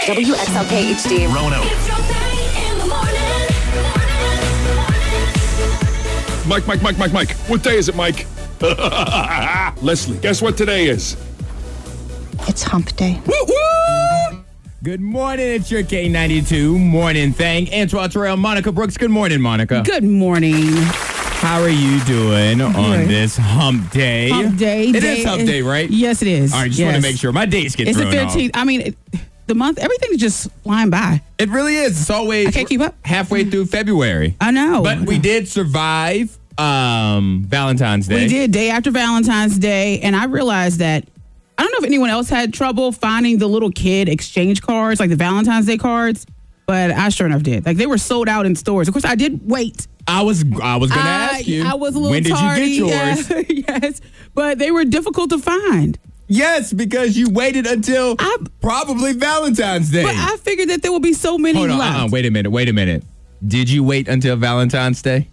WXLK HD. Rono. Mike, Mike, Mike, Mike, Mike. What day is it, Mike? Leslie, guess what today is? It's hump day. Good morning. It's your K92 morning thing. Antoine Terrell, Monica Brooks. Good morning, Monica. Good morning. How are you doing on Good. this hump day? Hump day. It is hump day, right? Yes, it is. All right, just yes. want to make sure my dates get It's the thrown off. 15th. I mean, it, the month, everything's just flying by. It really is. It's always I can't keep up. Mm-hmm. Oh, halfway through February. I know. But we did survive um Valentine's Day. We did day after Valentine's Day, and I realized that I don't know if anyone else had trouble finding the little kid exchange cards, like the Valentine's Day cards, but I sure enough did. Like they were sold out in stores. Of course, I did wait. I was I was gonna I, ask you. I was a little When did tardy. you get yours? Yeah, yes, but they were difficult to find. Yes, because you waited until I- probably Valentine's Day. But I figured that there would be so many Hold on, left. uh-uh, wait a minute, wait a minute. Did you wait until Valentine's Day?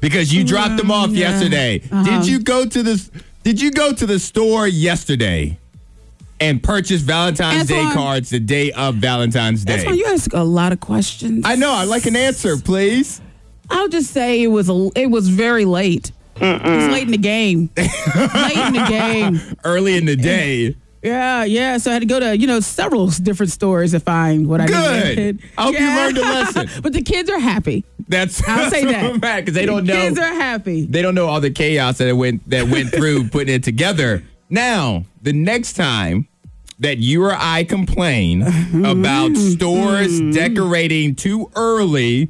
Because you dropped them off yeah. yesterday. Uh-huh. Did you go to the Did you go to the store yesterday and purchase Valentine's Day Antoine- cards the day of Valentine's Day? That's why you ask a lot of questions. I know. I like an answer, please. I'll just say it was a, it was very late. It was late in the game. late in the game. Early in the day. Yeah, yeah. So I had to go to you know several differral stores to find what I Good. needed. I hope you learned a lesson. but the kids are happy. That's I'll say that. because they don't the know. Kids are happy. they don't know all the chaos that went that went through putting it together. Now, the next time that you or I complain Hmm. about stores decorating too early,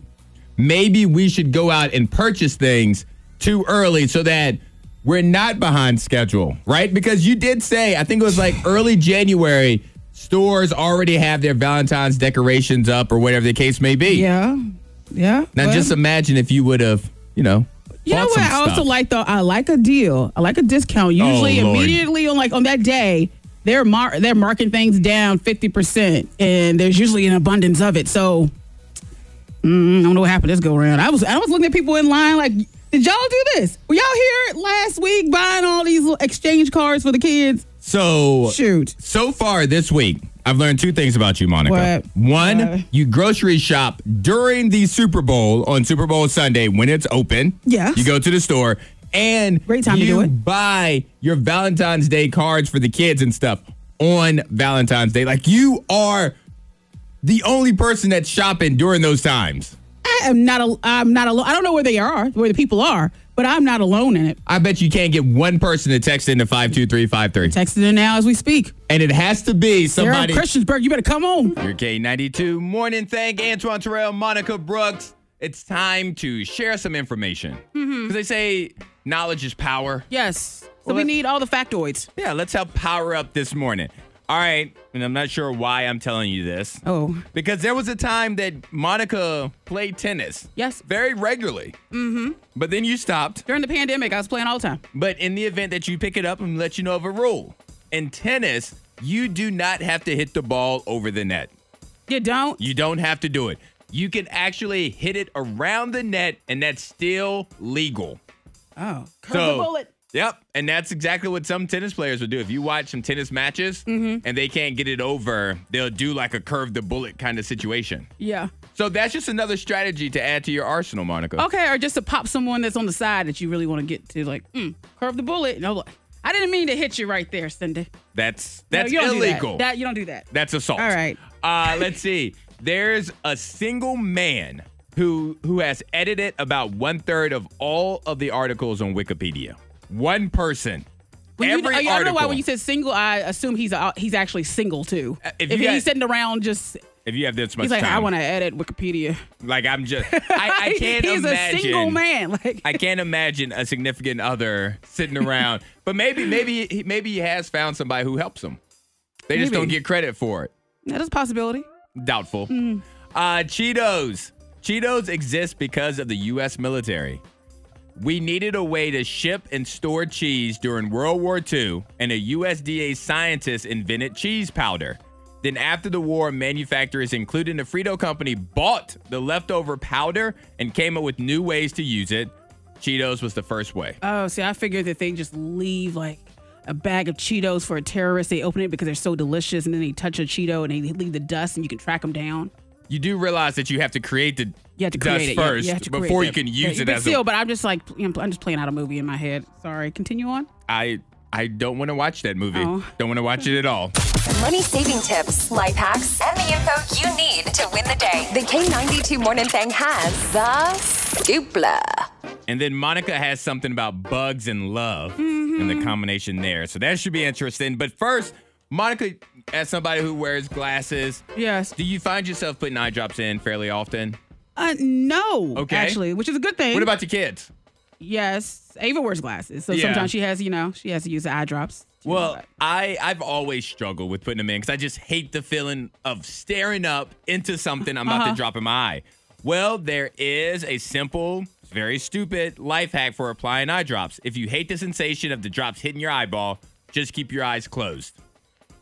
maybe we should go out and purchase things too early so that we're not behind schedule, right? Because you did say, I think it was like early January, stores already have their Valentine's decorations up or whatever the case may be. Yeah, yeah. Now, But- just imagine if you would have, you know, You know bought what? some I also stuff. Oh, like though. I like a deal. I like a discount. Usually, Lord. immediately on like on that day, they're mar- they're marking things down fifty percent, and there's usually an abundance of it. So, mm, I don't know what happened this go around. I was I was looking at people in line like, did y'all do this? Were y'all here last week buying all these little exchange cards for the kids? So Shoot. So far this week, I've learned two things about you, Monica. What? One, Uh, you grocery shop during the Super Bowl on Super Bowl Sunday when it's open. Yes. You go to the store and Great time to you do it. buy your Valentine's Day cards for the kids and stuff on Valentine's Day. Like you are the only person that's shopping during those times. I am not a I'm not alone. I don't know where they are, where the people are, but I'm not alone in it. I bet you can't get one person to text into 52353. Texting it now as we speak. And it has to be somebody. Somebody, Christiansburg, you better come on. Your K92 morning thank Antoine Terrell, Monica Brooks. It's time to share some information. Because Mm-hmm. they say knowledge is power. Yes. So Well, we that- need all the factoids. Yeah, let's help power up this morning. All right, and I'm not sure why I'm telling you this. Oh. Because there was a time that Monica played tennis. Yes. Very regularly. Mm-hmm. But then you stopped. During the pandemic, I was playing all the time. But in the event that you pick it up and let you know of a rule, in tennis, you do not have to hit the ball over the net. You don't? You don't have to do it. You can actually hit it around the net, and that's still legal. Oh. Curve So- the bullet. Yep. And that's exactly what some tennis players would do. If you watch some tennis matches Mm-hmm. and they can't get it over, they'll do like a curve the bullet kind of situation. Yeah. So that's just another strategy to add to your arsenal, Monica. Okay, or just to pop someone that's on the side that you really want to get to, like, mm, curve the bullet. No, look, I didn't mean to hit you right there, Cindy. That's No, that's you don't do that. illegal. that. You don't do that. That's assault. All right. Uh, let's see. There's a single man who who has edited about one third of all of the articles on Wikipedia. One person. When you- oh, Every I, I don't know article. why when you said single, I assume he's a, he's actually single too. Uh, if If, you guys- he's sitting around just, if you have this much he's like, time, I want to edit Wikipedia. Like I'm just. I, I can't he's imagine. a single man. Like, I can't imagine a significant other sitting around. but maybe, maybe, he- maybe he has found somebody who helps him. They just Maybe. don't get credit for it. that is a possibility. Doubtful. Hmm. Uh, Cheetos. Cheetos exist because of the U.S. military. We needed a way to ship and store cheese during World War II, and a USDA scientist invented cheese powder. Then, after the war, manufacturers, including the Frito Company, bought the leftover powder and came up with new ways to use it. Cheetos was the first way. Oh, see, I figured that they just leave like a bag of Cheetos for a terrorist. They open it because they're so delicious, and then they touch a Cheeto and they leave the dust, and you can track them down. You do realize that you have to create the You have to dust create it first you have to create before you that. can use Yeah, it but as still, a. But I'm just like you know, I'm just playing out a movie in my head. Sorry, continue on. I I don't want to watch that movie. Oh. Don't want to watch it at all. Money saving tips, life hacks, and the info you need to win the day. The K92 Morning Thing has the dupla. And then Monica has something about bugs and love and the combination there. So that should be interesting. But first, Monica, as somebody who wears glasses, Yes. do you find yourself putting eye drops in fairly often? Uh, no. Okay. Actually, which is a good thing. What about your kids? Yes, Ava wears glasses, so Yeah. sometimes she has, you know, she has to use the eye drops. to do Well, that. I I've always struggled with putting them in because I just hate the feeling of staring up into something I'm Uh-huh. about to drop in my eye. Well, there is a simple, very stupid life hack for applying eye drops. If you hate the sensation of the drops hitting your eyeball, just keep your eyes closed.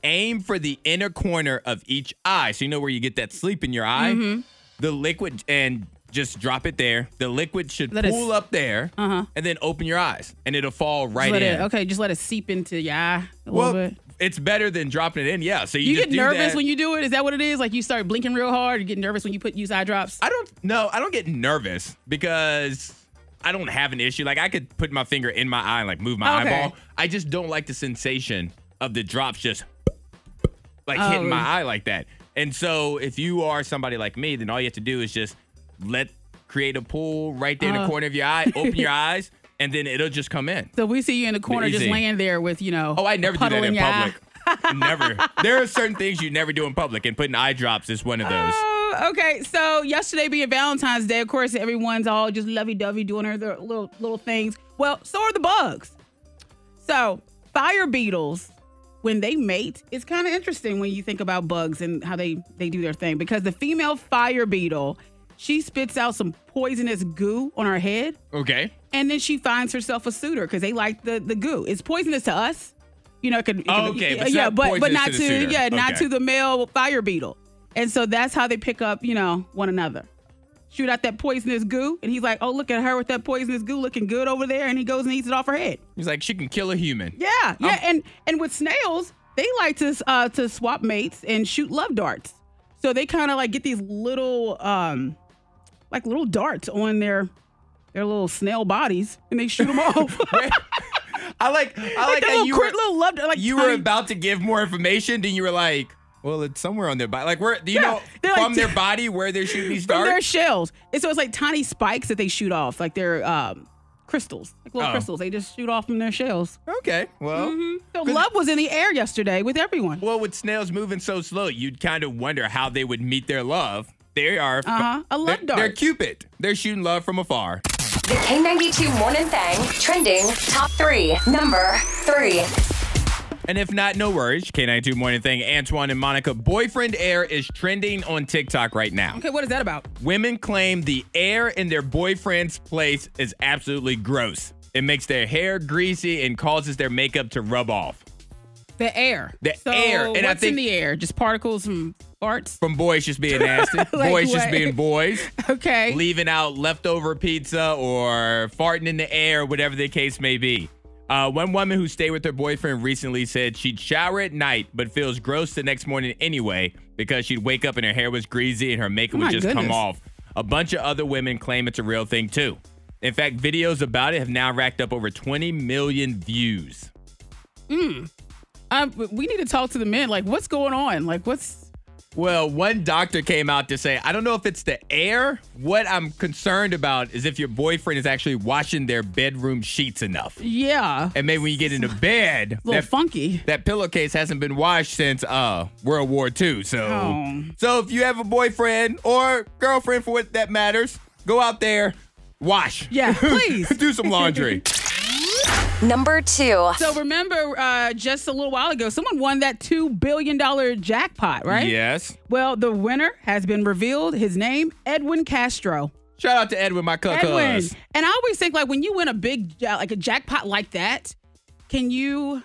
Aim for the inner corner of each eye, so you know where you get that sleep in your eye. Mm-hmm. The liquid and just drop it there. The liquid should Let it pool s- Uh-huh. up there, and then open your eyes, and it'll fall right Just let in. it, okay, just let it seep into your eye a Well, little bit. it's better than dropping it in. Yeah. So you, You, just get do nervous that. when you do it. Is that what it is? Like you start blinking real hard. You get nervous when you put use eye drops. I don't. No, I don't get nervous because I don't have an issue. Like I could put my finger in my eye and like move my Okay. eyeball. I just don't like the sensation of the drops just like hitting Oh. my eye like that. And so if you are somebody like me, then all you have to do is just let create a pool right there in Uh. the corner of your eye. Open your eyes, and then it'll just come in. So we see you in the corner, just Easy. laying there with you know. Oh, I never a do puddle that in your eye. public. never. There are certain things you never do in public, and putting eye drops is one of those. Oh, okay. So yesterday being Valentine's Day, of course, everyone's all just lovey-dovey doing her their little little things. Well, so are the bugs. So fire beetles, when they mate, it's kind of interesting when you think about bugs and how they they do their thing because the female fire beetle, she spits out some poisonous goo on her head, Okay. and then she finds herself a suitor because they like the the goo. It's poisonous to us. You know, it could, it could- Okay, but yeah, it's yeah, not but but poisonous not to to, the suitor. yeah, not Okay. to the male fire beetle. And so that's how they pick up, you know, one another. Shoot out that poisonous goo, and he's like, "Oh, look at her with that poisonous goo, looking good over there." And he goes and eats it off her head. He's like, she can kill a human. Yeah, yeah. and and with snails, they like to uh, to swap mates and shoot love darts. So they kind of like get these little um like little darts on their their little snail bodies, and they shoot them off. I like. I like that how little you crit- were, little love dart, like you were tiny- about to give more information, then you were like, well, it's somewhere on their body. Like, where do you Yeah, know they're from like- their body where they're shooting these from their darts? shells. And so it's like tiny spikes that they shoot off, like they're um, crystals, like little Oh. crystals. They just shoot off from their shells. okay. Well. So love was in the air yesterday with everyone. Well, with snails moving so slow, you'd kind of wonder how they would meet their love. They are Uh-huh, a love they're, They're dart. Cupid. They're shooting love from afar. The K92 Morning Thing trending top three. Number three. And if not, no worries. K92 Morning Thing, Antoine and Monica. Boyfriend air is trending on TikTok right now. Okay, what is that about? Women claim the air in their boyfriend's place is absolutely gross. It makes their hair greasy and causes their makeup to rub off. The air. The so air, and What's I think- in the air? Just particles from farts. From boys just being nasty, boys just what? being boys, Okay. leaving out leftover pizza or farting in the air, whatever the case may be. Uh, one woman who stayed with her boyfriend recently said she'd shower at night but feels gross the next morning anyway because she'd wake up and her hair was greasy and her makeup would My just come goodness. off. A bunch of other women claim it's a real thing too. In fact, videos about it have now racked up over 20 million views. Um, we need to talk to the men. Like, what's going on? Like, what's Well, one doctor came out to say, I don't know if it's the air. What I'm concerned about is if your boyfriend is actually washing their bedroom sheets enough. yeah, And maybe when you get into bed, a little that, funky. that pillowcase hasn't been washed since uh World War II. So, Oh. so if you have a boyfriend or girlfriend for what that matters, go out there, wash. Yeah, please. Do some laundry. Number two. So remember, uh, just a little while ago, someone won that two billion dollar jackpot, right? Yes. Well, the winner has been revealed. His name, Edwin Castro. Shout out to Edwin, my cuck Edwin. cuz. And I always think like when you win a big ja- like a jackpot like that, can you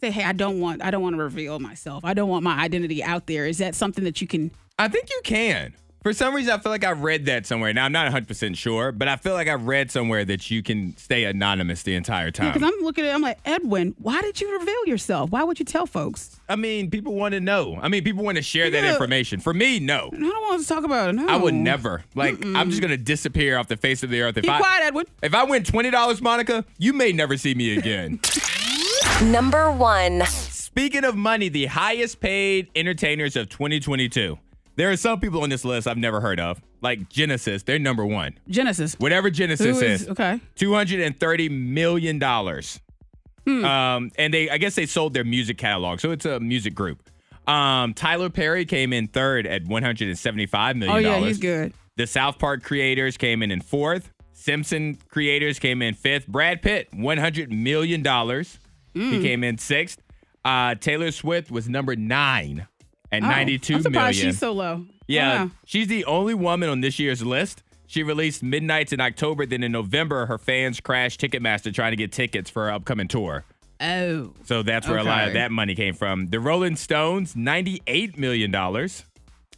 say, "Hey, I don't want I don't want to reveal myself. I don't want my identity out there." Is that something that you can I think you can. For some reason, I feel like I've read that somewhere. Now, I'm not 100% sure, but I feel like I've read somewhere that you can stay anonymous the entire time. Because I'm looking at it, I'm like, Edwin, why did you reveal yourself? Why would you tell folks? I mean, people want to know. I mean, people want to share that Yeah. information. For me, no. I don't want to talk about it. No. I would never. Like, I'm just going to disappear off the face of the earth. If Keep I, quiet, Edwin. If I win $20, Monica, you may never see me again. Number one. Speaking of money, the highest paid entertainers of 2022. There are some people on this list I've never heard of, like Genesis. They're number one. Genesis. Whatever Genesis Who is- is. okay. $230 million. Um, and they, I guess they sold their music catalog. So it's a music group. Um, Tyler Perry came in third at $175 million. Oh, yeah, he's good. The South Park creators came in in fourth. Simpson creators came in fifth. Brad Pitt, one hundred million dollars. Mm. He came in sixth. Uh, Taylor Swift was number nine at Oh, ninety-two I'm million. surprised she's so low. yeah, Wow. she's the only woman on this year's list. She released Midnight's in October. Then in November, her fans crashed Ticketmaster trying to get tickets for her upcoming tour. Oh. So that's where a lot of Okay. that money came from. The Rolling Stones, $98 million.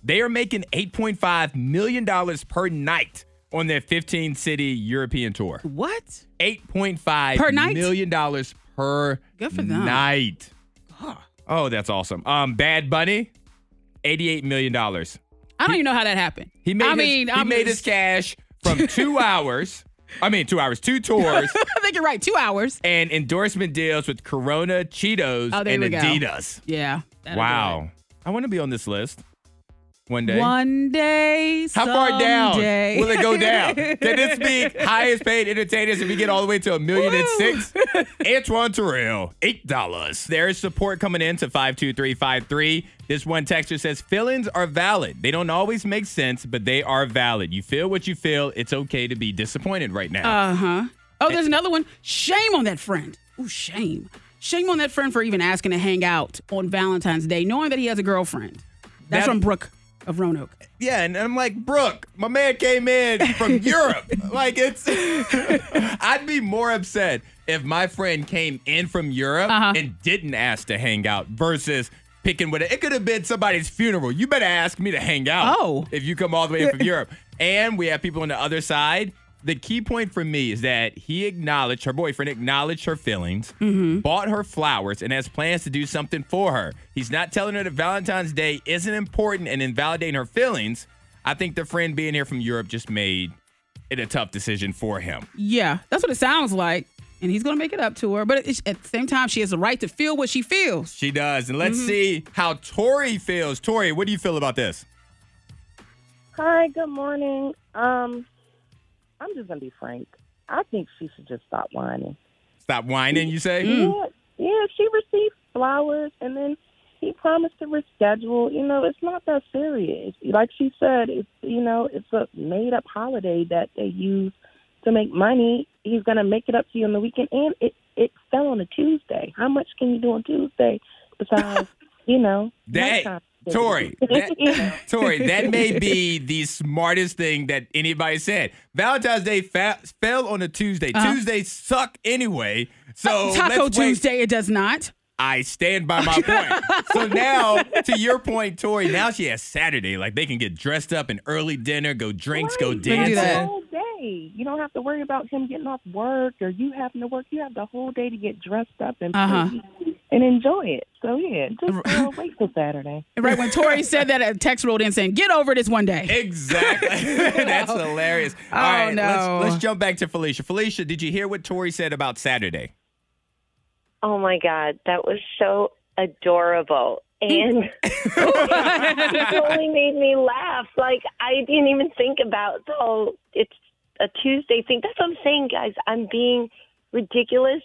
They are making $8.5 million per night on their 15 city European tour. What? $8.5 Per night? million dollars per Good for them. night. Oh, that's awesome. Um, Bad Bunny, $88 million. I don't even know how that happened. He made, I his, mean, he I'm made his just- cash from two hours. I mean, two hours, two tours, I think you're right. Two hours. and endorsement deals with Corona, Cheetos, Oh, there and we go. Adidas. Yeah. that'll do Wow. I want to be on this list one it. day. One day. How far down someday. will it go down? Can this be highest paid entertainers if we get all the way to a million and six? Antoine Terrell, eight dollars. There is support coming in to five two three five three. This one texter says feelings are valid. They don't always make sense, but they are valid. You feel what you feel. It's okay to be disappointed right now. Uh huh. Oh, there's another one. Shame on that friend. Ooh, shame. Shame on that friend for even asking to hang out on Valentine's Day, knowing that he has a girlfriend. That's That- from Brooke of Roanoke. Yeah, and I'm like, Brooke, my man came in from Europe. Like, it's. I'd be more upset if my friend came in from Europe and didn't ask to hang out versus picking with it. It could have been somebody's funeral. You better ask me to hang out. Oh. If you come all the way in from Europe. And we have people on the other side. The key point for me is that he acknowledged, her boyfriend acknowledged her feelings, bought her flowers, and has plans to do something for her. He's not telling her that Valentine's Day isn't important and invalidating her feelings. I think the friend being here from Europe just made it a tough decision for him. Yeah, that's what it sounds like. And he's going to make it up to her. But it, at the same time, she has the right to feel what she feels. She does. And let's see how Tori feels. Tori, what do you feel about this? Hi, good morning. Um, I'm just gonna be frank. I think she should just stop whining. Stop whining, you say? Yeah, yeah, she received flowers and then he promised to reschedule. You know, it's not that serious. Like she said, it's you know, it's a made up holiday that they use to make money. He's gonna make it up to you on the weekend and it it fell on a Tuesday. How much can you do on Tuesday besides, you know, That, nighttime? Tori, that, Tori, that may be the smartest thing that anybody said. Valentine's Day fa- fell on a Tuesday. Tuesdays suck anyway. Oh, So Uh-huh. Uh, Taco let's wait- Tuesday, it does not. I stand by my point. so now, to your point, Tori, now she has Saturday. Like they can get dressed up, an early dinner, go drinks, go Right. do dancing. that. The whole day. You don't have to worry about him getting off work or you having to work. You have the whole day to get dressed up and Uh-huh. pretty and enjoy it. So yeah, just uh, wait till Saturday. And Right when Tori said that, a text rolled in saying, "Get over this one day." Exactly. That's hilarious. All right, Oh, no. let's, let's jump back to Felicia. Felicia, did you hear what Tori said about Saturday? Oh my God, that was so adorable. And it totally made me laugh. Like, I didn't even think about, oh, it's a Tuesday thing. That's what I'm saying, guys. I'm being ridiculous,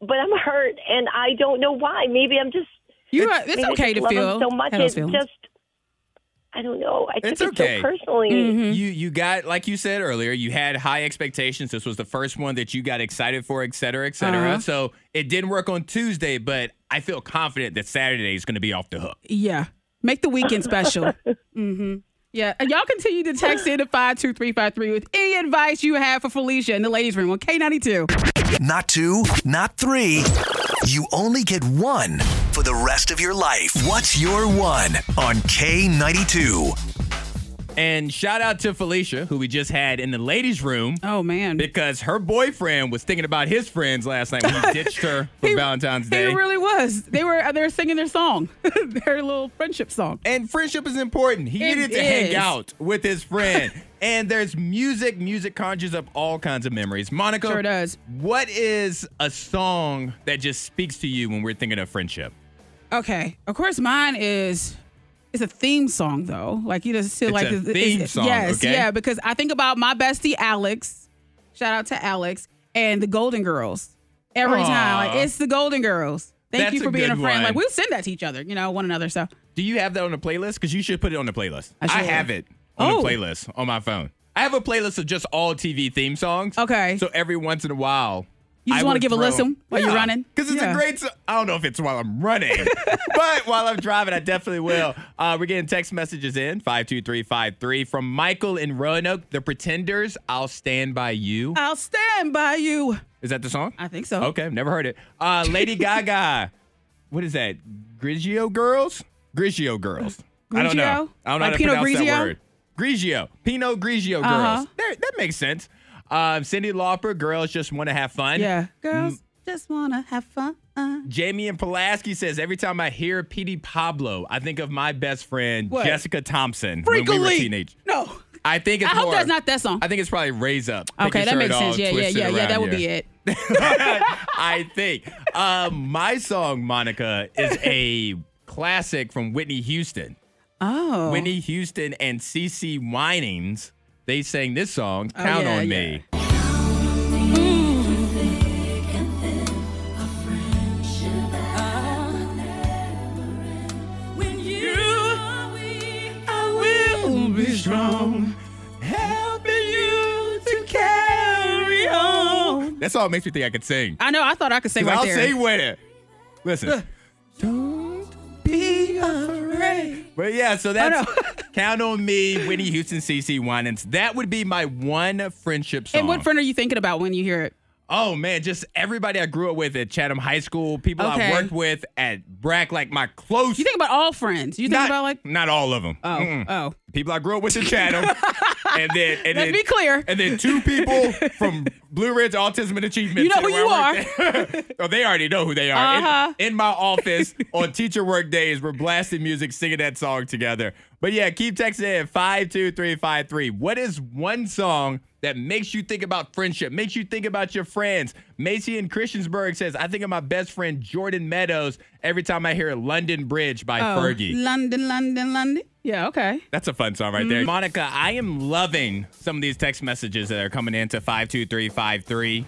but I'm hurt and I don't know why. Maybe I'm just. You are, it's maybe I okay just to love him feel so much. had those It's feelings. just, I don't know. I took It's it okay. so personally. Mm-hmm. You you got like you said earlier, you had high expectations. This was the first one that you got excited for, et cetera, et cetera. Uh-huh. So it didn't work on Tuesday, but I feel confident that Saturday is going to be off the hook. Yeah. Make the weekend special. mm-hmm. Yeah. And y'all continue to text in to 52353 with any advice you have for Felicia in the ladies' room on K92. Not two, not three. You only get one for the rest of your life. What's your one on K92? And shout out to Felicia, who we just had in the ladies' room. Oh man. Because her boyfriend was thinking about his friends last night when he ditched her for He- Valentine's Day. It really was. They were they were singing their song, their little friendship song. and friendship is important. He It needed to hang is. out with his friend. and there's music. Music conjures up all kinds of memories. Monica, Sure does. what is a song that just speaks to you when we're thinking of friendship? Okay. Of course, mine is. It's a theme song though. Like you just feel It's like a theme song, Yes, okay. yeah. Because I think about my bestie Alex. Shout out to Alex and the Golden Girls. Every Aw. time, like, it's the Golden Girls. Thank That's you for a being a good friend. one. Like we send that to each other, you know, one another. So Do you have that on the playlist? Because you should put it on the playlist. I should. have it on Oh. the playlist on my phone. I have a playlist of just all TV theme songs. Okay. So every once in a while, You just I wanna would give a throw- listen while you're running? Because it's Yeah. a great. So- I don't know if it's while I'm running, but while I'm driving, I definitely will. Uh, we're getting text messages in five two three five three from Michael in Roanoke. The Pretenders. I'll stand by you. I'll stand by you. Is that the song? Uh, I think so. Okay, never heard it. Uh, Lady Gaga. What is that? Grigio girls? Grigio girls. I don't know. Grigio? I don't know Like how to Pinot pronounce Grigio? that word. Grigio. Pinot Grigio Uh-huh. girls. There, that makes sense. Um, Cindy Lauper, girls just want to have fun. Yeah, girls Mm. just wanna have fun. Jamie and Pulaski says every time I hear Petey Pablo, I think of my best friend What? Jessica Thompson when we were teenage. No. I think it's I hope more- that's not that song. I think it's probably Raise Up. Take Okay, your that shirt makes off, sense. Yeah, yeah, twist it yeah, yeah. around That would here. be it. I think. Um, my song, Monica, is a classic from Whitney Houston. Oh. Whitney Houston and CC Winings, they sang this song, Count Oh, yeah, on yeah. Me. I will be strong, helping you to carry on. That song makes me think I could sing. I know. I thought I could sing right I'll there. sing with it. Listen. Don't be afraid. But yeah, Oh, so that's Count on Me, Whitney Houston, CC Winans. That would be my one friendship song. and what friend are you thinking about when you hear it? oh man, just everybody I grew up with at Chatham High School, people Okay. I worked with at Brack, like my close. You think about all friends. You think not, about like not all of them. oh oh. People I grew up with in Chatham. and then and Let's then, be clear. And then two people from Blue Ridge Autism and Achievement. You know Center who you where I work at. oh, they already know who they are. In- Uh-huh. In, my office on teacher work days, we're blasting music, singing that song together. But yeah, keep texting in 52353. What is one song that makes you think about friendship, makes you think about your friends? Macy in Christiansburg says, I think of my best friend Jordan Meadows every time I hear London Bridge by oh. Fergie. London, London, London. Yeah. Okay. That's a fun song Mm. right there. Monica, I am loving some of these text messages that are coming into 52353.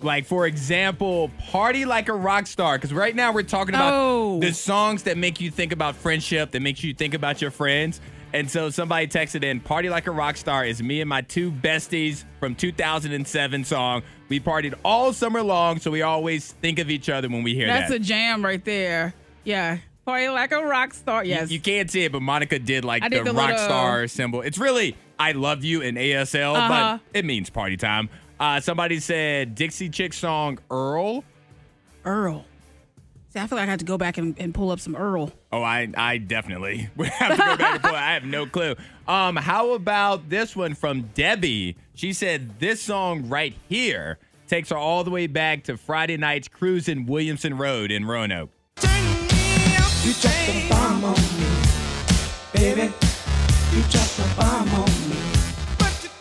Like, for example, Party Like a Rock Star. Because right now we're talking about Oh. the songs that make you think about friendship, that makes you think about your friends. And so somebody texted in, Party Like a Rock Star is me and my two besties from 2007 song. We partied all summer long, so we always think of each other when we hear That's that. a jam right there. Yeah. Party like a rock star. You- Yes. You, can't see it, but Monica did like I the, did the rock little- uh, star symbol. It's really I love you in ASL, Uh-huh. but it means party time. Uh, somebody said Dixie Chick song Earl. Earl. See, I feel like I had to go back and, and pull up some Earl. Oh, I I definitely would have to go back and pull. it. I have no clue. Um, how about this one from Debbie? She said this song right here takes her all the way back to Friday night's cruising Williamson Road in Roanoke.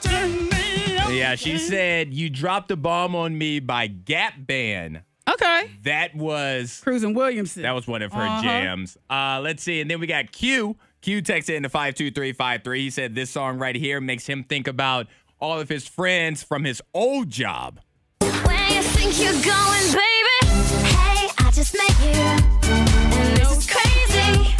Yeah, she said you dropped a bomb on me by Gap Band. Okay. That was Cruising Williamson. That was one of her Uh-huh. jams. Uh, let's see. And then we got Q. Q texted into 52353. He said this song right here makes him think about all of his friends from his old job. Where you think you're going, baby? Hey, I just met you. And this is crazy.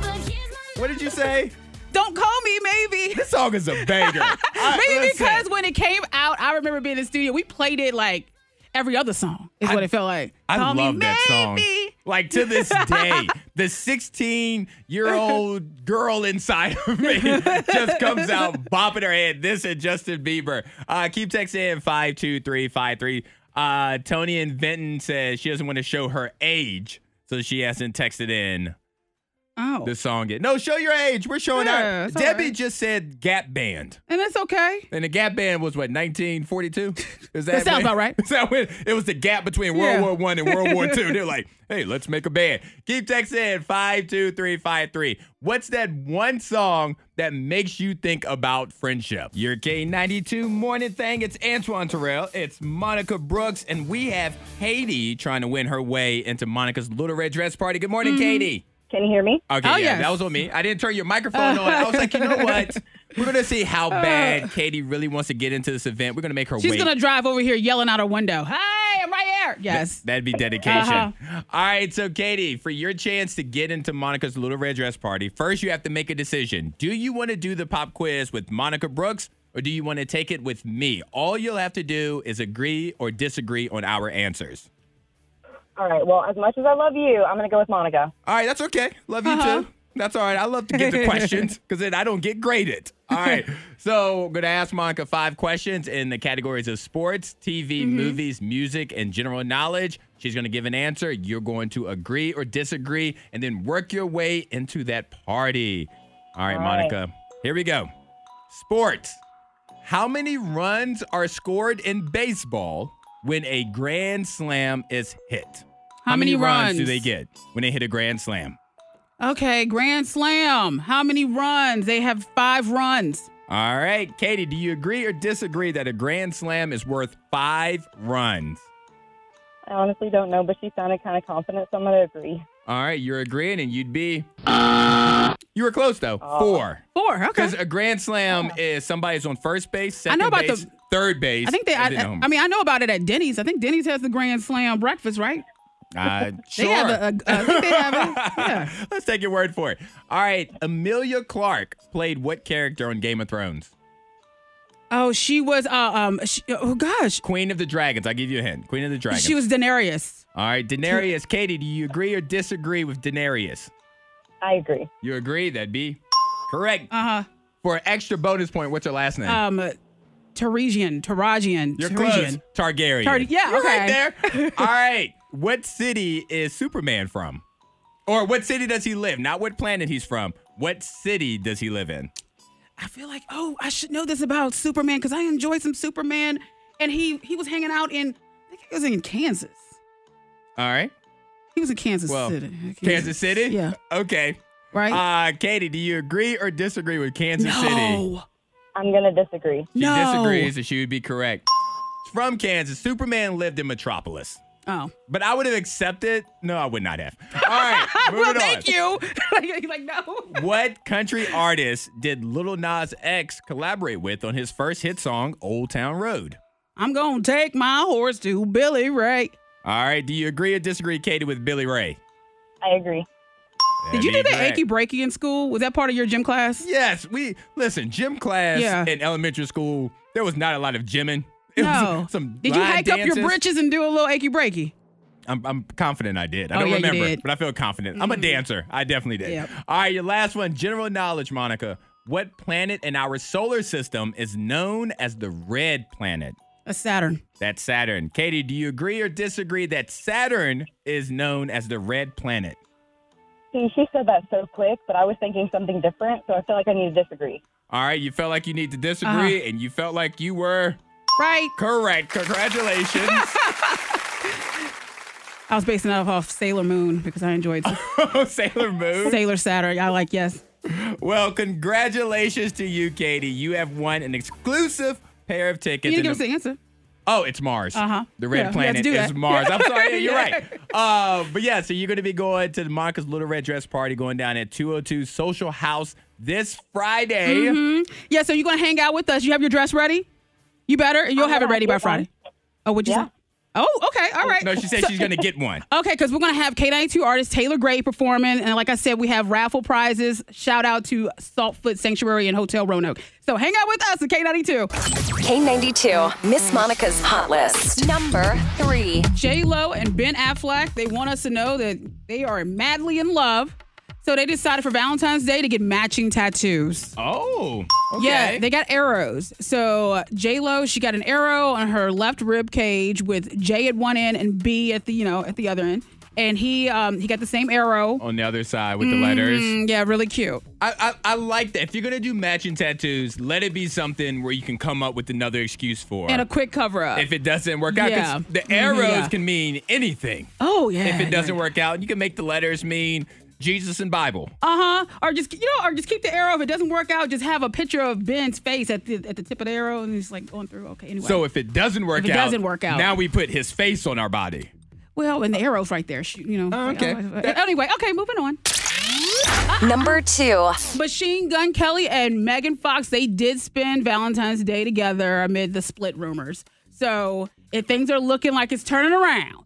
But here's my What did you say? Don't call me, maybe. This song is a banger. I- Maybe listen, because when it came out, I remember being in the studio. We played it like every other song. Is what it felt like. I Call me love that song. maybe. Like to this day, the 16 year old girl inside of me just comes out bopping her head. This and Justin Bieber. Uh, keep texting in 52353. Uh, Tony and Vinton says she doesn't want to show her age, so she hasn't texted in. Oh. the song is. No, show your age. We're showing Yeah, our. it's all Debbie right. just said Gap Band. and that's okay. And the Gap Band was what, 1942? Is That sounds when- about right. Is that when- it was the gap between World Yeah. War One and World War Two. They're like, hey, let's make a band. Keep texting in 52353. What's that one song that makes you think about friendship? Your K92 morning thing. It's Antoine Terrell. It's Monica Brooks. And we have Katie trying to win her way into Monica's Little Red Dress Party. Good Mm-hmm. morning, Katie. Can you hear me? Okay, Oh, yeah, yes. that was on me. I didn't turn your microphone on. I was like, you know what? We're gonna see how bad Katie really wants to get into this event. We're gonna make her Uh. She's wait. gonna drive over here yelling out her window. Hey, I'm right here. Yes. That'd be dedication. Uh-huh. All right, so Katie, for your chance to get into Monica's Little Red Dress Party, first you have to make a decision. Do you want to do the pop quiz with Monica Brooks or do you want to take it with me? All you'll have to do is agree or disagree on our answers. All right. Well, as much as I love you, I'm going to go with Monica. All right, that's okay. Love you too. That's all right. I love to get the questions because then I don't get graded. All right. So I'm going to ask Monica five questions in the categories of sports, TV, movies, music, and general knowledge. She's going to give an answer. You're going to agree or disagree and then work your way into that party. All right, All right. Monica. Here we go. Sports. How many runs are scored in baseball when a grand slam is hit? How many runs do runs? they get when they hit a grand slam? Okay, Grand Slam. How many runs? They have five runs. All right, Katie, do you agree or disagree that a grand slam is worth five runs? I honestly don't know, but she sounded kind of confident, so I'm going to agree. All right, you're agreeing, and you'd be. You were close though. Four. Four. Oh. Okay. Because a grand slam is somebody's on first base, I second know about base, the- third base. I think they. I, and then I, home. I mean, I know about it at Denny's. I think Denny's has the Grand Slam breakfast, right? uh, sure. They have a. a- I think they have a. Yeah. Let's take your word for it. All right, Amelia Clark played what character on Game of Thrones? Oh, she was. Uh, um. She, oh gosh. Queen of the Dragons. I'll give you a hint. Queen of the Dragons. She was Daenerys. All right, Daenerys. Katie, do you agree or disagree with Daenerys? I agree. You agree? That'd be correct. Uh For an extra bonus point, what's her last name? huh. Um. Tarajian. Tarajian. You're close. Tarajian. Targaryen. Tar- yeah, You're okay. right there. All right. What city is Superman from? Or what city does he live? Not what planet he's from. What city does he live in? I feel like oh, I should know this about Superman because I enjoy some Superman, and he he was hanging out in. I think he was in Kansas. All right. He was in Kansas Well, City. Kansas City? Yeah. Okay. Right. Uh, Katie, do you agree or disagree with Kansas no. City? I'm going to disagree. She no. disagrees and she would be correct. From Kansas, Superman lived in Metropolis. Oh. But I would have accepted. No, I would not have. All right. Moving well, on. thank you. He's like, no. What country artist did Little Nas X collaborate with on his first hit song, Old Town Road? I'm going to take my horse to Billy Ray. All right, do you agree or disagree, Katie, with Billy Ray? I agree. That'd Did you be do that correct. achy breaky in school? Was that part of your gym class? Yes, we listen. Gym class Yeah. in elementary school, there was not a lot of gymming. It No. was some Did you line hike up dances. your britches and do a little achy breaky? I'm, I'm confident I did. I Oh, don't yeah, you remember, did. Mm-hmm. but I feel confident. I'm a dancer. I definitely did. Yep. All right, your last one general knowledge, Monica. What planet in our solar system is known as the red planet? A Saturn. That's Saturn. Katie, do you agree or disagree that Saturn is known as the red planet? See, she said that so quick, but I was thinking something different, so I feel like I need to disagree. All right, you felt like you need to disagree, Uh-huh. and you felt like you were Right. correct. Congratulations. I was basing it off, off Sailor Moon because I enjoyed Sailor Moon. Sailor Saturn. I like, yes. Well, congratulations to you, Katie. You have won an exclusive pair of tickets. You didn't and give a- us the answer. Oh, it's Mars. Uh-huh. The Yeah, you red have to planet do is that. Mars. I'm sorry, yeah, you're Yeah. right. Uh, but yeah, so you're going to be going to the Monica's Little Red Dress Party going down at 202 Social House this Friday. Mm-hmm. Yeah, so you're going to hang out with us. You have your dress ready? You better. You'll have it gonna ready by get one. Friday. Oh, what'd you Yeah. say? Oh, okay. All right. No, she said she's going to get one. Okay, because we're going to have K92 artist Taylor Gray performing. And like I said, we have raffle prizes. Shout out to Saltfoot Sanctuary and Hotel Roanoke. So hang out with us at K92. K92, Miss Monica's Hot List. Number three. J Lo and Ben Affleck, they want us to know that they are madly in love. So they decided for Valentine's Day to get matching tattoos. Oh. Okay. Yeah, they got arrows. So J Lo, she got an arrow on her left rib cage with J at one end and B at the you know at the other end. and he um he got the same arrow. on the other side with the letters. Mm, yeah, really cute. I, I, I like that. If you're gonna do matching tattoos, let it be something where you can come up with another excuse for. And a quick cover up. if it doesn't work out, 'cause Yeah. the Mhm, arrows yeah. can mean anything. oh yeah. if it doesn't yeah. work out, you can make the letters mean Jesus and Bible. Uh huh. Or just you know, or just keep the arrow. If it doesn't work out, just have a picture of Ben's face at the at the tip of the arrow, and he's like going through. Okay, anyway. So if it doesn't work If it out, doesn't work out. now we put his face on our body. well, and the arrow's right there. Shoot, you know. uh, Oh, okay. Anyway, okay, moving on. Number two. Machine Gun Kelly and Megan Fox, they did spend Valentine's Day together amid the split rumors. So if things are looking like it's turning around,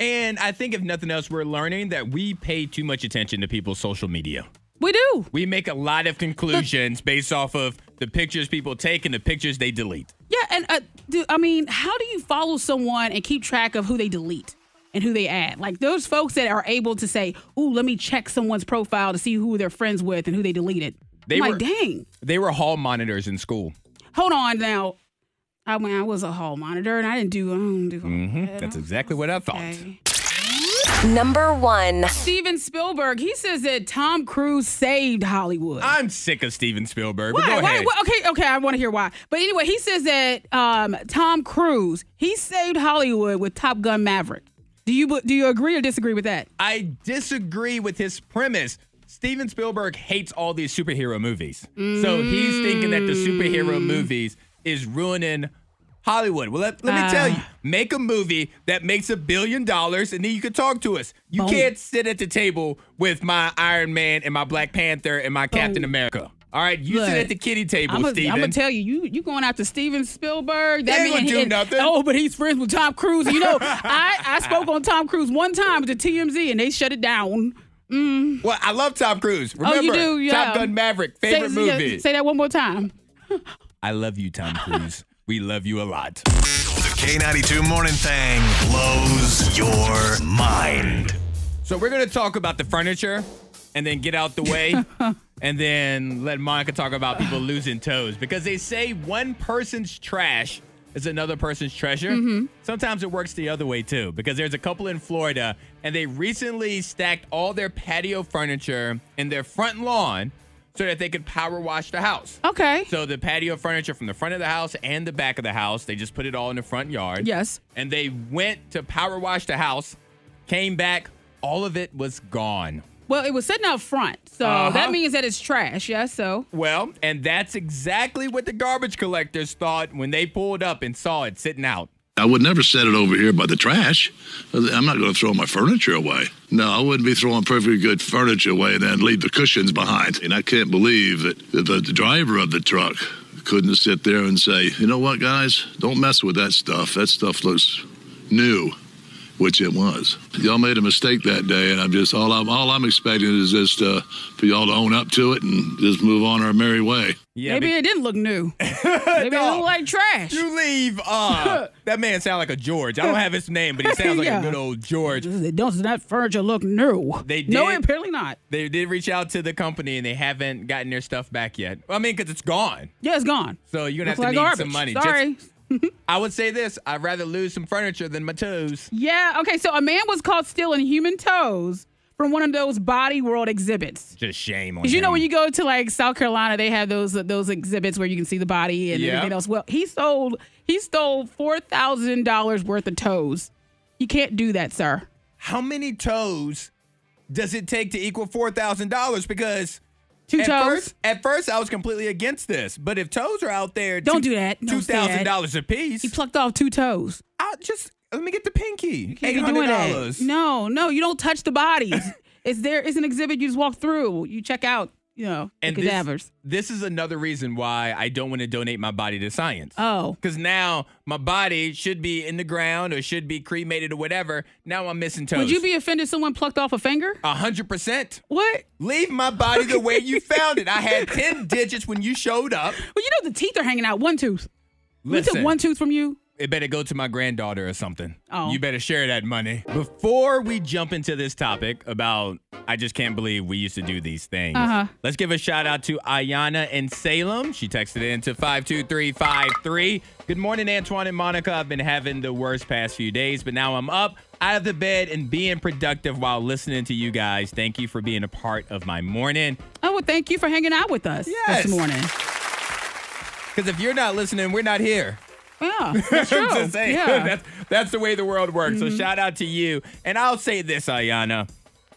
And I think if nothing else, we're learning that we pay too much attention to people's social media. we do. We make a lot of conclusions based off of the pictures people take and the pictures they delete. Yeah, and uh, do, I mean, how do you follow someone and keep track of who they delete and who they add? Like those folks that are able to say, "Ooh, let me check someone's profile to see who they're friends with and who they deleted." They I'm were- like, dang. They were hall monitors in school. Hold on now. I mean, I was a hall monitor and I didn't do. I don't do. That's exactly what I thought. Okay. Number one. Steven Spielberg, he says that Tom Cruise saved Hollywood. I'm sick of Steven Spielberg. but Why? go Why- ahead. why- okay, okay, I want to hear why. But anyway, he says that um, Tom Cruise he saved Hollywood with Top Gun Maverick. Do you bu- do you agree or disagree with that? I disagree with his premise. Steven Spielberg hates all these superhero movies. So he's thinking that the Mm. superhero movies is ruining Hollywood. Well, let, let me tell Ah. you make a movie that makes a billion dollars and then you can talk to us. You can't sit at the table with my Iron Man and my Black Panther and my Captain America. All right, you sit Look, at the kitty table, I'm Steven. gonna tell you, you you going after Steven Spielberg. That He man, ain't gonna do nothing. Oh, but he's friends with Tom Cruise. You know, I, I spoke on Tom Cruise one time to TMZ and they shut it down. well, I love Tom Cruise. Oh, Remember, you do, yeah. Top Gun Maverick, Say- favorite say- movie. Say that one more time. I love you, Tom Cruise. we love you a lot. The K92 Morning Thing blows your mind. So we're gonna talk about the furniture, and then get out the way, and then let Monica talk about people losing toes because they say one person's trash is another person's treasure. Sometimes it works the other way too because there's a couple in Florida and they recently stacked all their patio furniture in their front lawn so that they could power wash the house. Okay. So the patio furniture from the front of the house and the back of the house, they just put it all in the front yard. Yes. And they went to power wash the house, came back, all of it was gone. Well, it was sitting out front, so Uh-huh. that means that it's trash. Yeah. So Well, and that's exactly what the garbage collectors thought when they pulled up and saw it sitting out. I would never set it over here by the trash. I'm not going to throw my furniture away. No, I wouldn't be throwing perfectly good furniture away and then leave the cushions behind. And I can't believe that the the driver of the truck couldn't sit there and say, you know what, guys, don't mess with that stuff. That stuff looks new, which it was. Y'all made a mistake that day, and I'm just all I'm all I'm expecting is just uh, for y'all to own up to it and just move on our merry way. Yeah, maybe be- it didn't look new. maybe it No. looked like trash. you leave. Uh, that man sound like a George. I don't have his name, but he sounds like Yeah. a good old George. Doesn't that furniture look new? They No, did. apparently not. They did reach out to the company and they haven't gotten their stuff back yet. I mean, because it's gone. Yeah, it's gone. So you're gonna have Looks to like need garbage. some money. Just- Sorry. I would say this: I'd rather lose some furniture than my toes. Yeah. Okay. So a man was caught stealing human toes from one of those Body World exhibits. Just shame on 'Cause you know him. when you go to like South Carolina, they have those those exhibits where you can see the body and Yeah. everything else. Well, he sold he stole four thousand dollars worth of toes. You can't do that, sir. How many toes does it take to equal four thousand dollars? Because Two at toes. first, at first I was completely against this, but if toes are out there, Don't do that. No, Two thousand dollars a he piece. plucked off two toes. I just let me get the pinky. Can't Eight be hundred doing that. dollars. No, no, you don't touch the bodies. it's there. It's an exhibit. You just walk through. You check out. You know, the And cadavers. this, this is another reason why I don't want to donate my body to science. oh, Because now my body should be in the ground or should be cremated or whatever. Now I'm missing toes. Uh, would you be offended? Someone plucked off a finger? A hundred percent. What? Leave my body the way you found it. I had ten digits when you showed up. Well, you know the teeth are hanging out. One tooth. Listen, We took one tooth from you. It better go to my granddaughter or something. Oh. You better share that money. Before we jump into this topic about I just can't believe we used to do these things. Uh-huh. Let's give a shout out to Ayana in Salem. She texted in to 52353. Good morning, Antoine and Monica. I've been having the worst past few days, but now I'm up out of the bed and being productive while listening to you guys. Thank you for being a part of my morning. Oh, well, thank you for hanging out with us Yes. this morning. Because if you're not listening, we're not here. Yeah, Ah, that's true. I'm just saying. Yeah. Mm-hmm. that's, that's the way the world works. So shout out to you. And I'll say this, Ayana,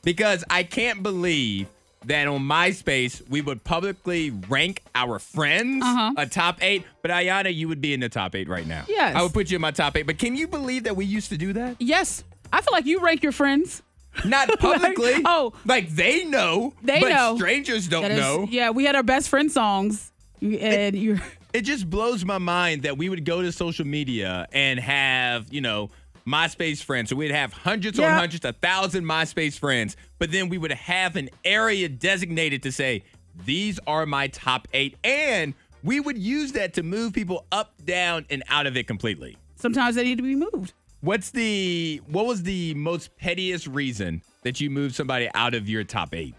because I can't believe that on MySpace we would publicly rank our friends Uh-huh. a top eight. But Ayana, you would be in the top eight right now. Yes. I would put you in my top eight. But can you believe that we used to do that? Yes, I feel like you rank your friends. Not publicly. oh. Like they know. They but know. Strangers don't That is- know. Yeah, we had our best friend songs, You- and you. it just blows my mind that we would go to social media and have, you know, MySpace friends. So we'd have hundreds on Yeah. hundreds, a thousand MySpace friends, but then we would have an area designated to say, these are my top eight. And we would use that to move people up, down, and out of it completely. Sometimes they need to be moved. What's the what was the most pettiest reason that you moved somebody out of your top eight?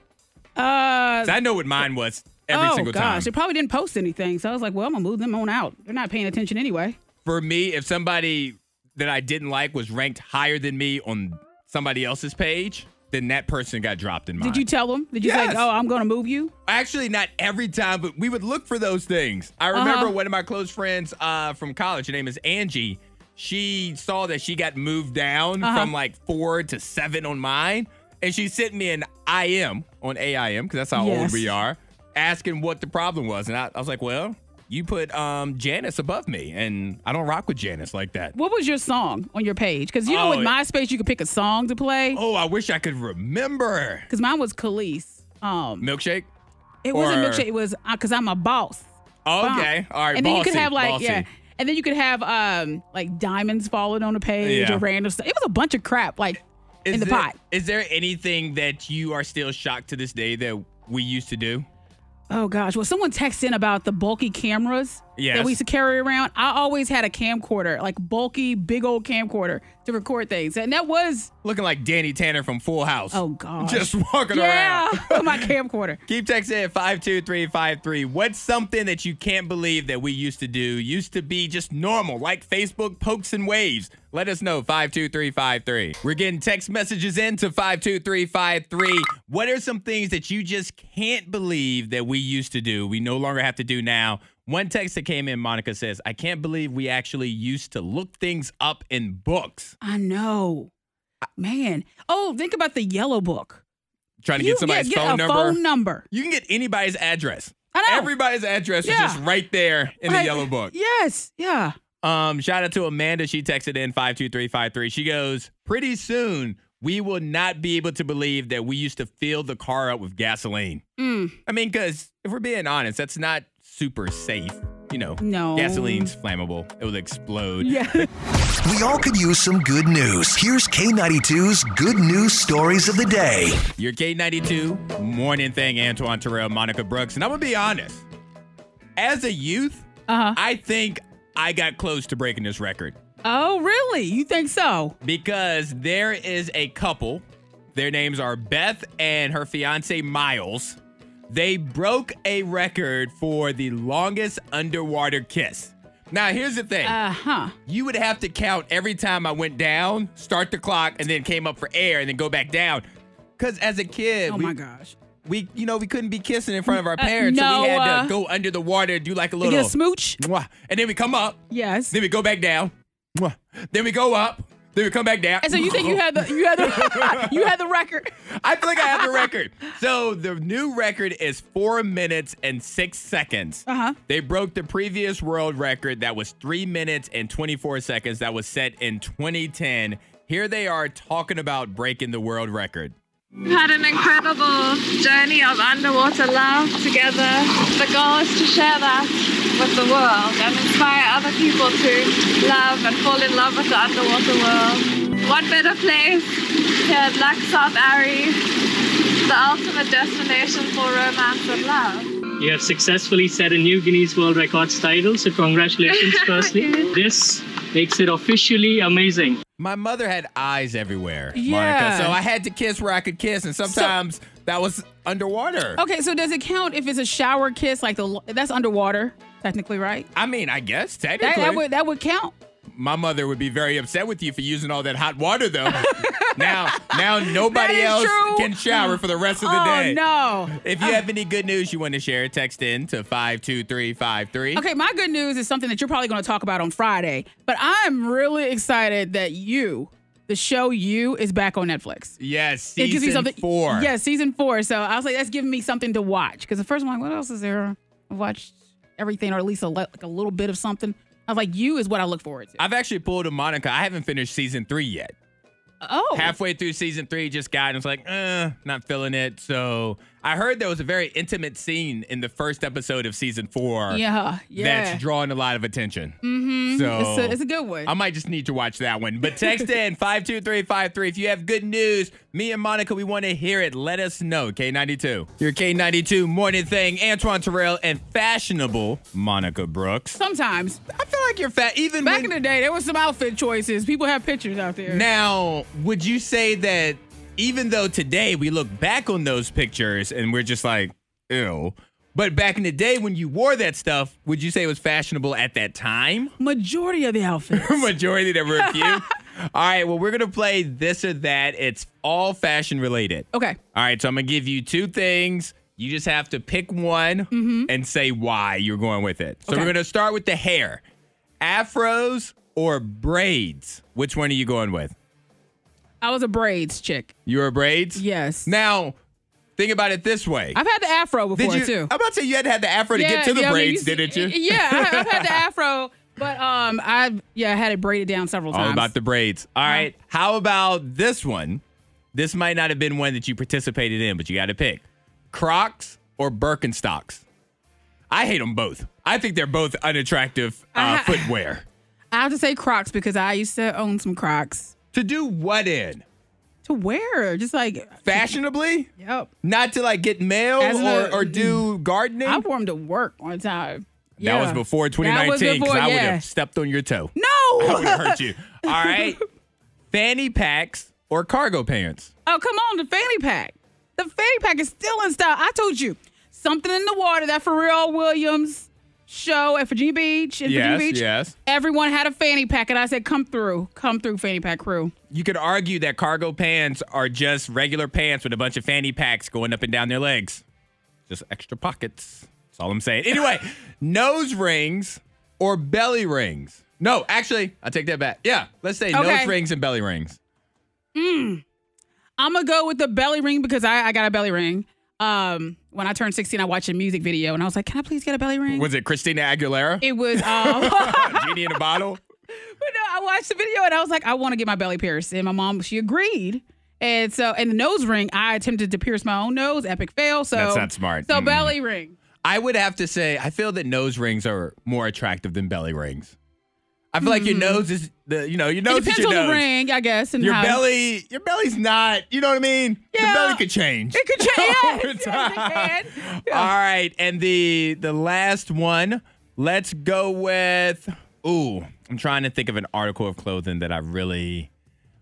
Uh, 'Cause I know what mine was every oh single time. gosh, they probably didn't post anything, so I was like, well, I'm gonna move them on out. They're not paying attention anyway. for me, if somebody that I didn't like was ranked higher than me on somebody else's page, then that person got dropped in mine. Did you tell them? Did you Yes. say, oh, I'm gonna move you? Actually, not every time, but we would look for those things. I remember Uh-huh. one of my close friends uh, from college. Her name is Angie. She saw that she got moved down Uh-huh. from like four to seven on mine, and she sent me an IM on AIM because that's how old Yes. we are, asking what the problem was, and I, I was like, "Well, you put um, Janice above me, and I don't rock with Janice like that." What was your song on your page? Because you know, Oh, with it- MySpace, you could pick a song to play. Oh, I wish I could remember. Because mine was Khalees. Um, Milkshake? it wasn't or- milkshake. It was because I'm a boss. Bomb. Okay. All right. And then you could Bossy, have like bossy. yeah. And then you could have um like diamonds falling on the page Yeah. or random stuff. It was a bunch of crap like Is in the there- pot. Is there anything that you are still shocked to this day that we used to do? Oh gosh. Well, someone texted in about the bulky cameras Yes. that we used to carry around. I always had a camcorder, like bulky, big old camcorder to record things, and that was Looking like Danny Tanner from Full House. oh gosh. Just walking yeah, around. with my camcorder. Keep texting at 52353. What's something that you can't believe that we used to do, used to be just normal, like Facebook pokes and waves? Let us know, 52353. We're getting text messages in to 52353. What are some things that you just can't believe that we used to do, we no longer have to do now? One text that came in, Monica says, I can't believe we actually used to look things up in books. I know, man. Oh, think about the yellow book. Trying to You- get somebody's yeah, get phone a number. phone number. You can get anybody's address. I know. Everybody's address Yeah. is just right there in the Like, yellow book. Yes, yeah. Um, shout out to Amanda. She texted in 52353. She goes, Pretty soon, we will not be able to believe that we used to fill the car up with gasoline. Mm. I mean, because if we're being honest, that's not super safe. You know, No. gasoline's flammable, it will explode. Yeah. We all could use some good news. Here's K92's Good News Stories of the Day. Your K92 morning thing, Antoine Terrell, Monica Brooks. And I'm going to be honest. As a youth, Uh-huh. I think I got close to breaking this record. Oh, really? You think so? because there is a couple. Their names are Beth and her fiance Miles. They broke a record for the longest underwater kiss. Now, here's the thing. Uh huh. you would have to count every time I went down, start the clock, and then came up for air and then go back down. Cause as a kid, Oh we, my gosh. we you know we couldn't be kissing in front of our parents, so we no, had to uh, go under the water, do like a You little get a smooch? Mwah. and then we come up, Yes. then we go back down, Mwah. then we go up, then we come back down. And so you think you had the you had the you had the record? I feel like I have the record. So the new record is four minutes and six seconds. Uh-huh. They broke the previous world record that was three minutes and 24 seconds that was set in 2010. Here they are talking about breaking the world record. We've had an incredible journey of underwater love together. The goal is to share that with the world and inspire other people to love and fall in love with the underwater world. What better place here at Lux South Ari, the ultimate destination for romance and love. You have successfully set a new Guinness World Records title, so congratulations, firstly. This makes it officially amazing. My mother had eyes everywhere, Yeah. Monica. So I had to kiss where I could kiss, and sometimes that was underwater. Okay, so does it count if it's a shower kiss? Like the that's underwater, technically, right? I mean, I guess That, technically, that would that would count. my mother would be very upset with you for using all that hot water, though. now, now nobody is else true. can shower for the rest of the oh day. no. If you have any good news you want to share, text in to five two three five three. Okay, my good news is something that you're probably going to talk about on Friday, but I'm really excited that you, the show you, is back on Netflix. Yes, It gives me season something- four. Yeah, season four. So I was like, that's giving me something to watch. Because at first I'm like, what else is there? I watched everything or at least a, le- like a little bit of something. I was like, you is what I look forward to. I've actually pulled a Monica. I haven't finished season three yet. Oh. Halfway through season three, just got and was like, eh, not feeling it. So I heard there was a very intimate scene in the first episode of season four. Yeah, yeah. That's drawing a lot of attention. Mm-hmm. So it's, a, it's a good one. I might just need to watch that one. But text in 52353. If you have good news, me and Monica, we want to hear it. Let us know. K92. Your K92 morning thing, Antoine Terrell and fashionable Monica Brooks. Sometimes. I feel like you're fat. Even back in the day, there was some outfit choices. People have pictures out there. Now, would you say that even though today we look back on those pictures and we're just like, ew, but back in the day when you wore that stuff, would you say it was fashionable at that time? Majority of the outfits. Majority that were a few. All right, well, we're going to play this or that. It's all fashion related. Okay. All right, so I'm going to give you two things. You just have to pick one and say why you're going with it. So Mm-hmm. Okay. we're going to start with the hair afros or braids. Which one are you going with? I was a braids chick. You were braids? Yes. Now, think about it this way. I've had the afro before did you, too. I'm about to say you had to have the afro to get to the yeah, I mean, braids, you see- didn't you? Yeah, I, I've had the afro, but um, I've yeah, I had it braided down several times. All Oh, about the braids. All right. How about this one? This might not have been one that you participated in, but you got to pick Crocs or Birkenstocks. I hate them both. I think they're both unattractive uh, ha- footwear. I have to say Crocs because I used to own some Crocs To do what in? to wear, just like Fashionably? Yep. Not to like get mail As or, a- Mm. or do gardening? I wore them to work one time. that was Yeah. before That was 2019 because before, I would yeah. have stepped on your toe. No. I would have hurt you. All right. Fanny packs or cargo pants? Oh, come on, the fanny pack. The fanny pack is still in style. I told you. Something in the water, that Pharrell Williams show at Virginia Beach. In Virginia Yes, Beach. yes. Everyone had a fanny pack, and I said, come through. Come through, fanny pack crew. you could argue that cargo pants are just regular pants with a bunch of fanny packs going up and down their legs. Just extra pockets. That's all I'm saying. Anyway, nose rings or belly rings? No, actually, I take that back. Yeah, let's say Okay. nose rings and belly rings. Mm. I'm gonna go with the belly ring because I, I got a belly ring. Um, when I turned 16, I watched a music video and I was like, "Can I please get a belly ring?" Was it Christina Aguilera? It was. Um, Genie in a bottle? But no, I watched the video and I was like, I want to get my belly pierced. And my mom, she agreed. And so, and the nose ring, I attempted to pierce my own nose, epic fail. So That's not smart. So Mm. belly ring. I would have to say, I feel that nose rings are more attractive than belly rings. I feel like your nose is the, you know, your nose Hmm. it depends is your nose. on the ring, I guess. And Your how- belly, your belly's not. You know what I mean? Yeah. Your belly could change. It could change. over Yes, yes, it can. Yeah. All right, and the the last one. Let's go with. Ooh, I'm trying to think of an article of clothing that I really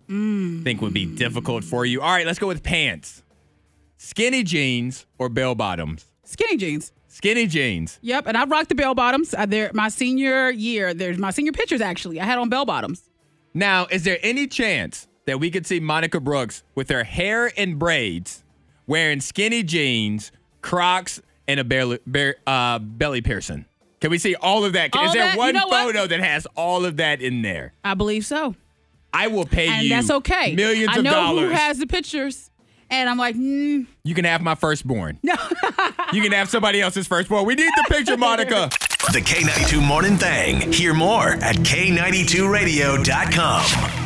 Mm. think would be difficult for you. All right, let's go with pants. Skinny jeans or bell bottoms. Skinny jeans. Skinny jeans. Yep. And I rocked the bell bottoms. Uh, there, my senior year, there's my senior pictures actually. I had on bell bottoms. Now, is there any chance that we could see Monica Brooks with her hair in braids, wearing skinny jeans, Crocs, and a barely, bare, uh, belly piercing? Can we see all of that? Is All there that? You one know what? photo that has all of that in there? I believe so. I will pay and you that's okay. millions I of know dollars. who has the pictures, and I'm like, mm, you can have my firstborn. No. you can have somebody else's firstborn. We need the picture, Monica. The K92 Morning Thing. Hear more at K92Radio.com.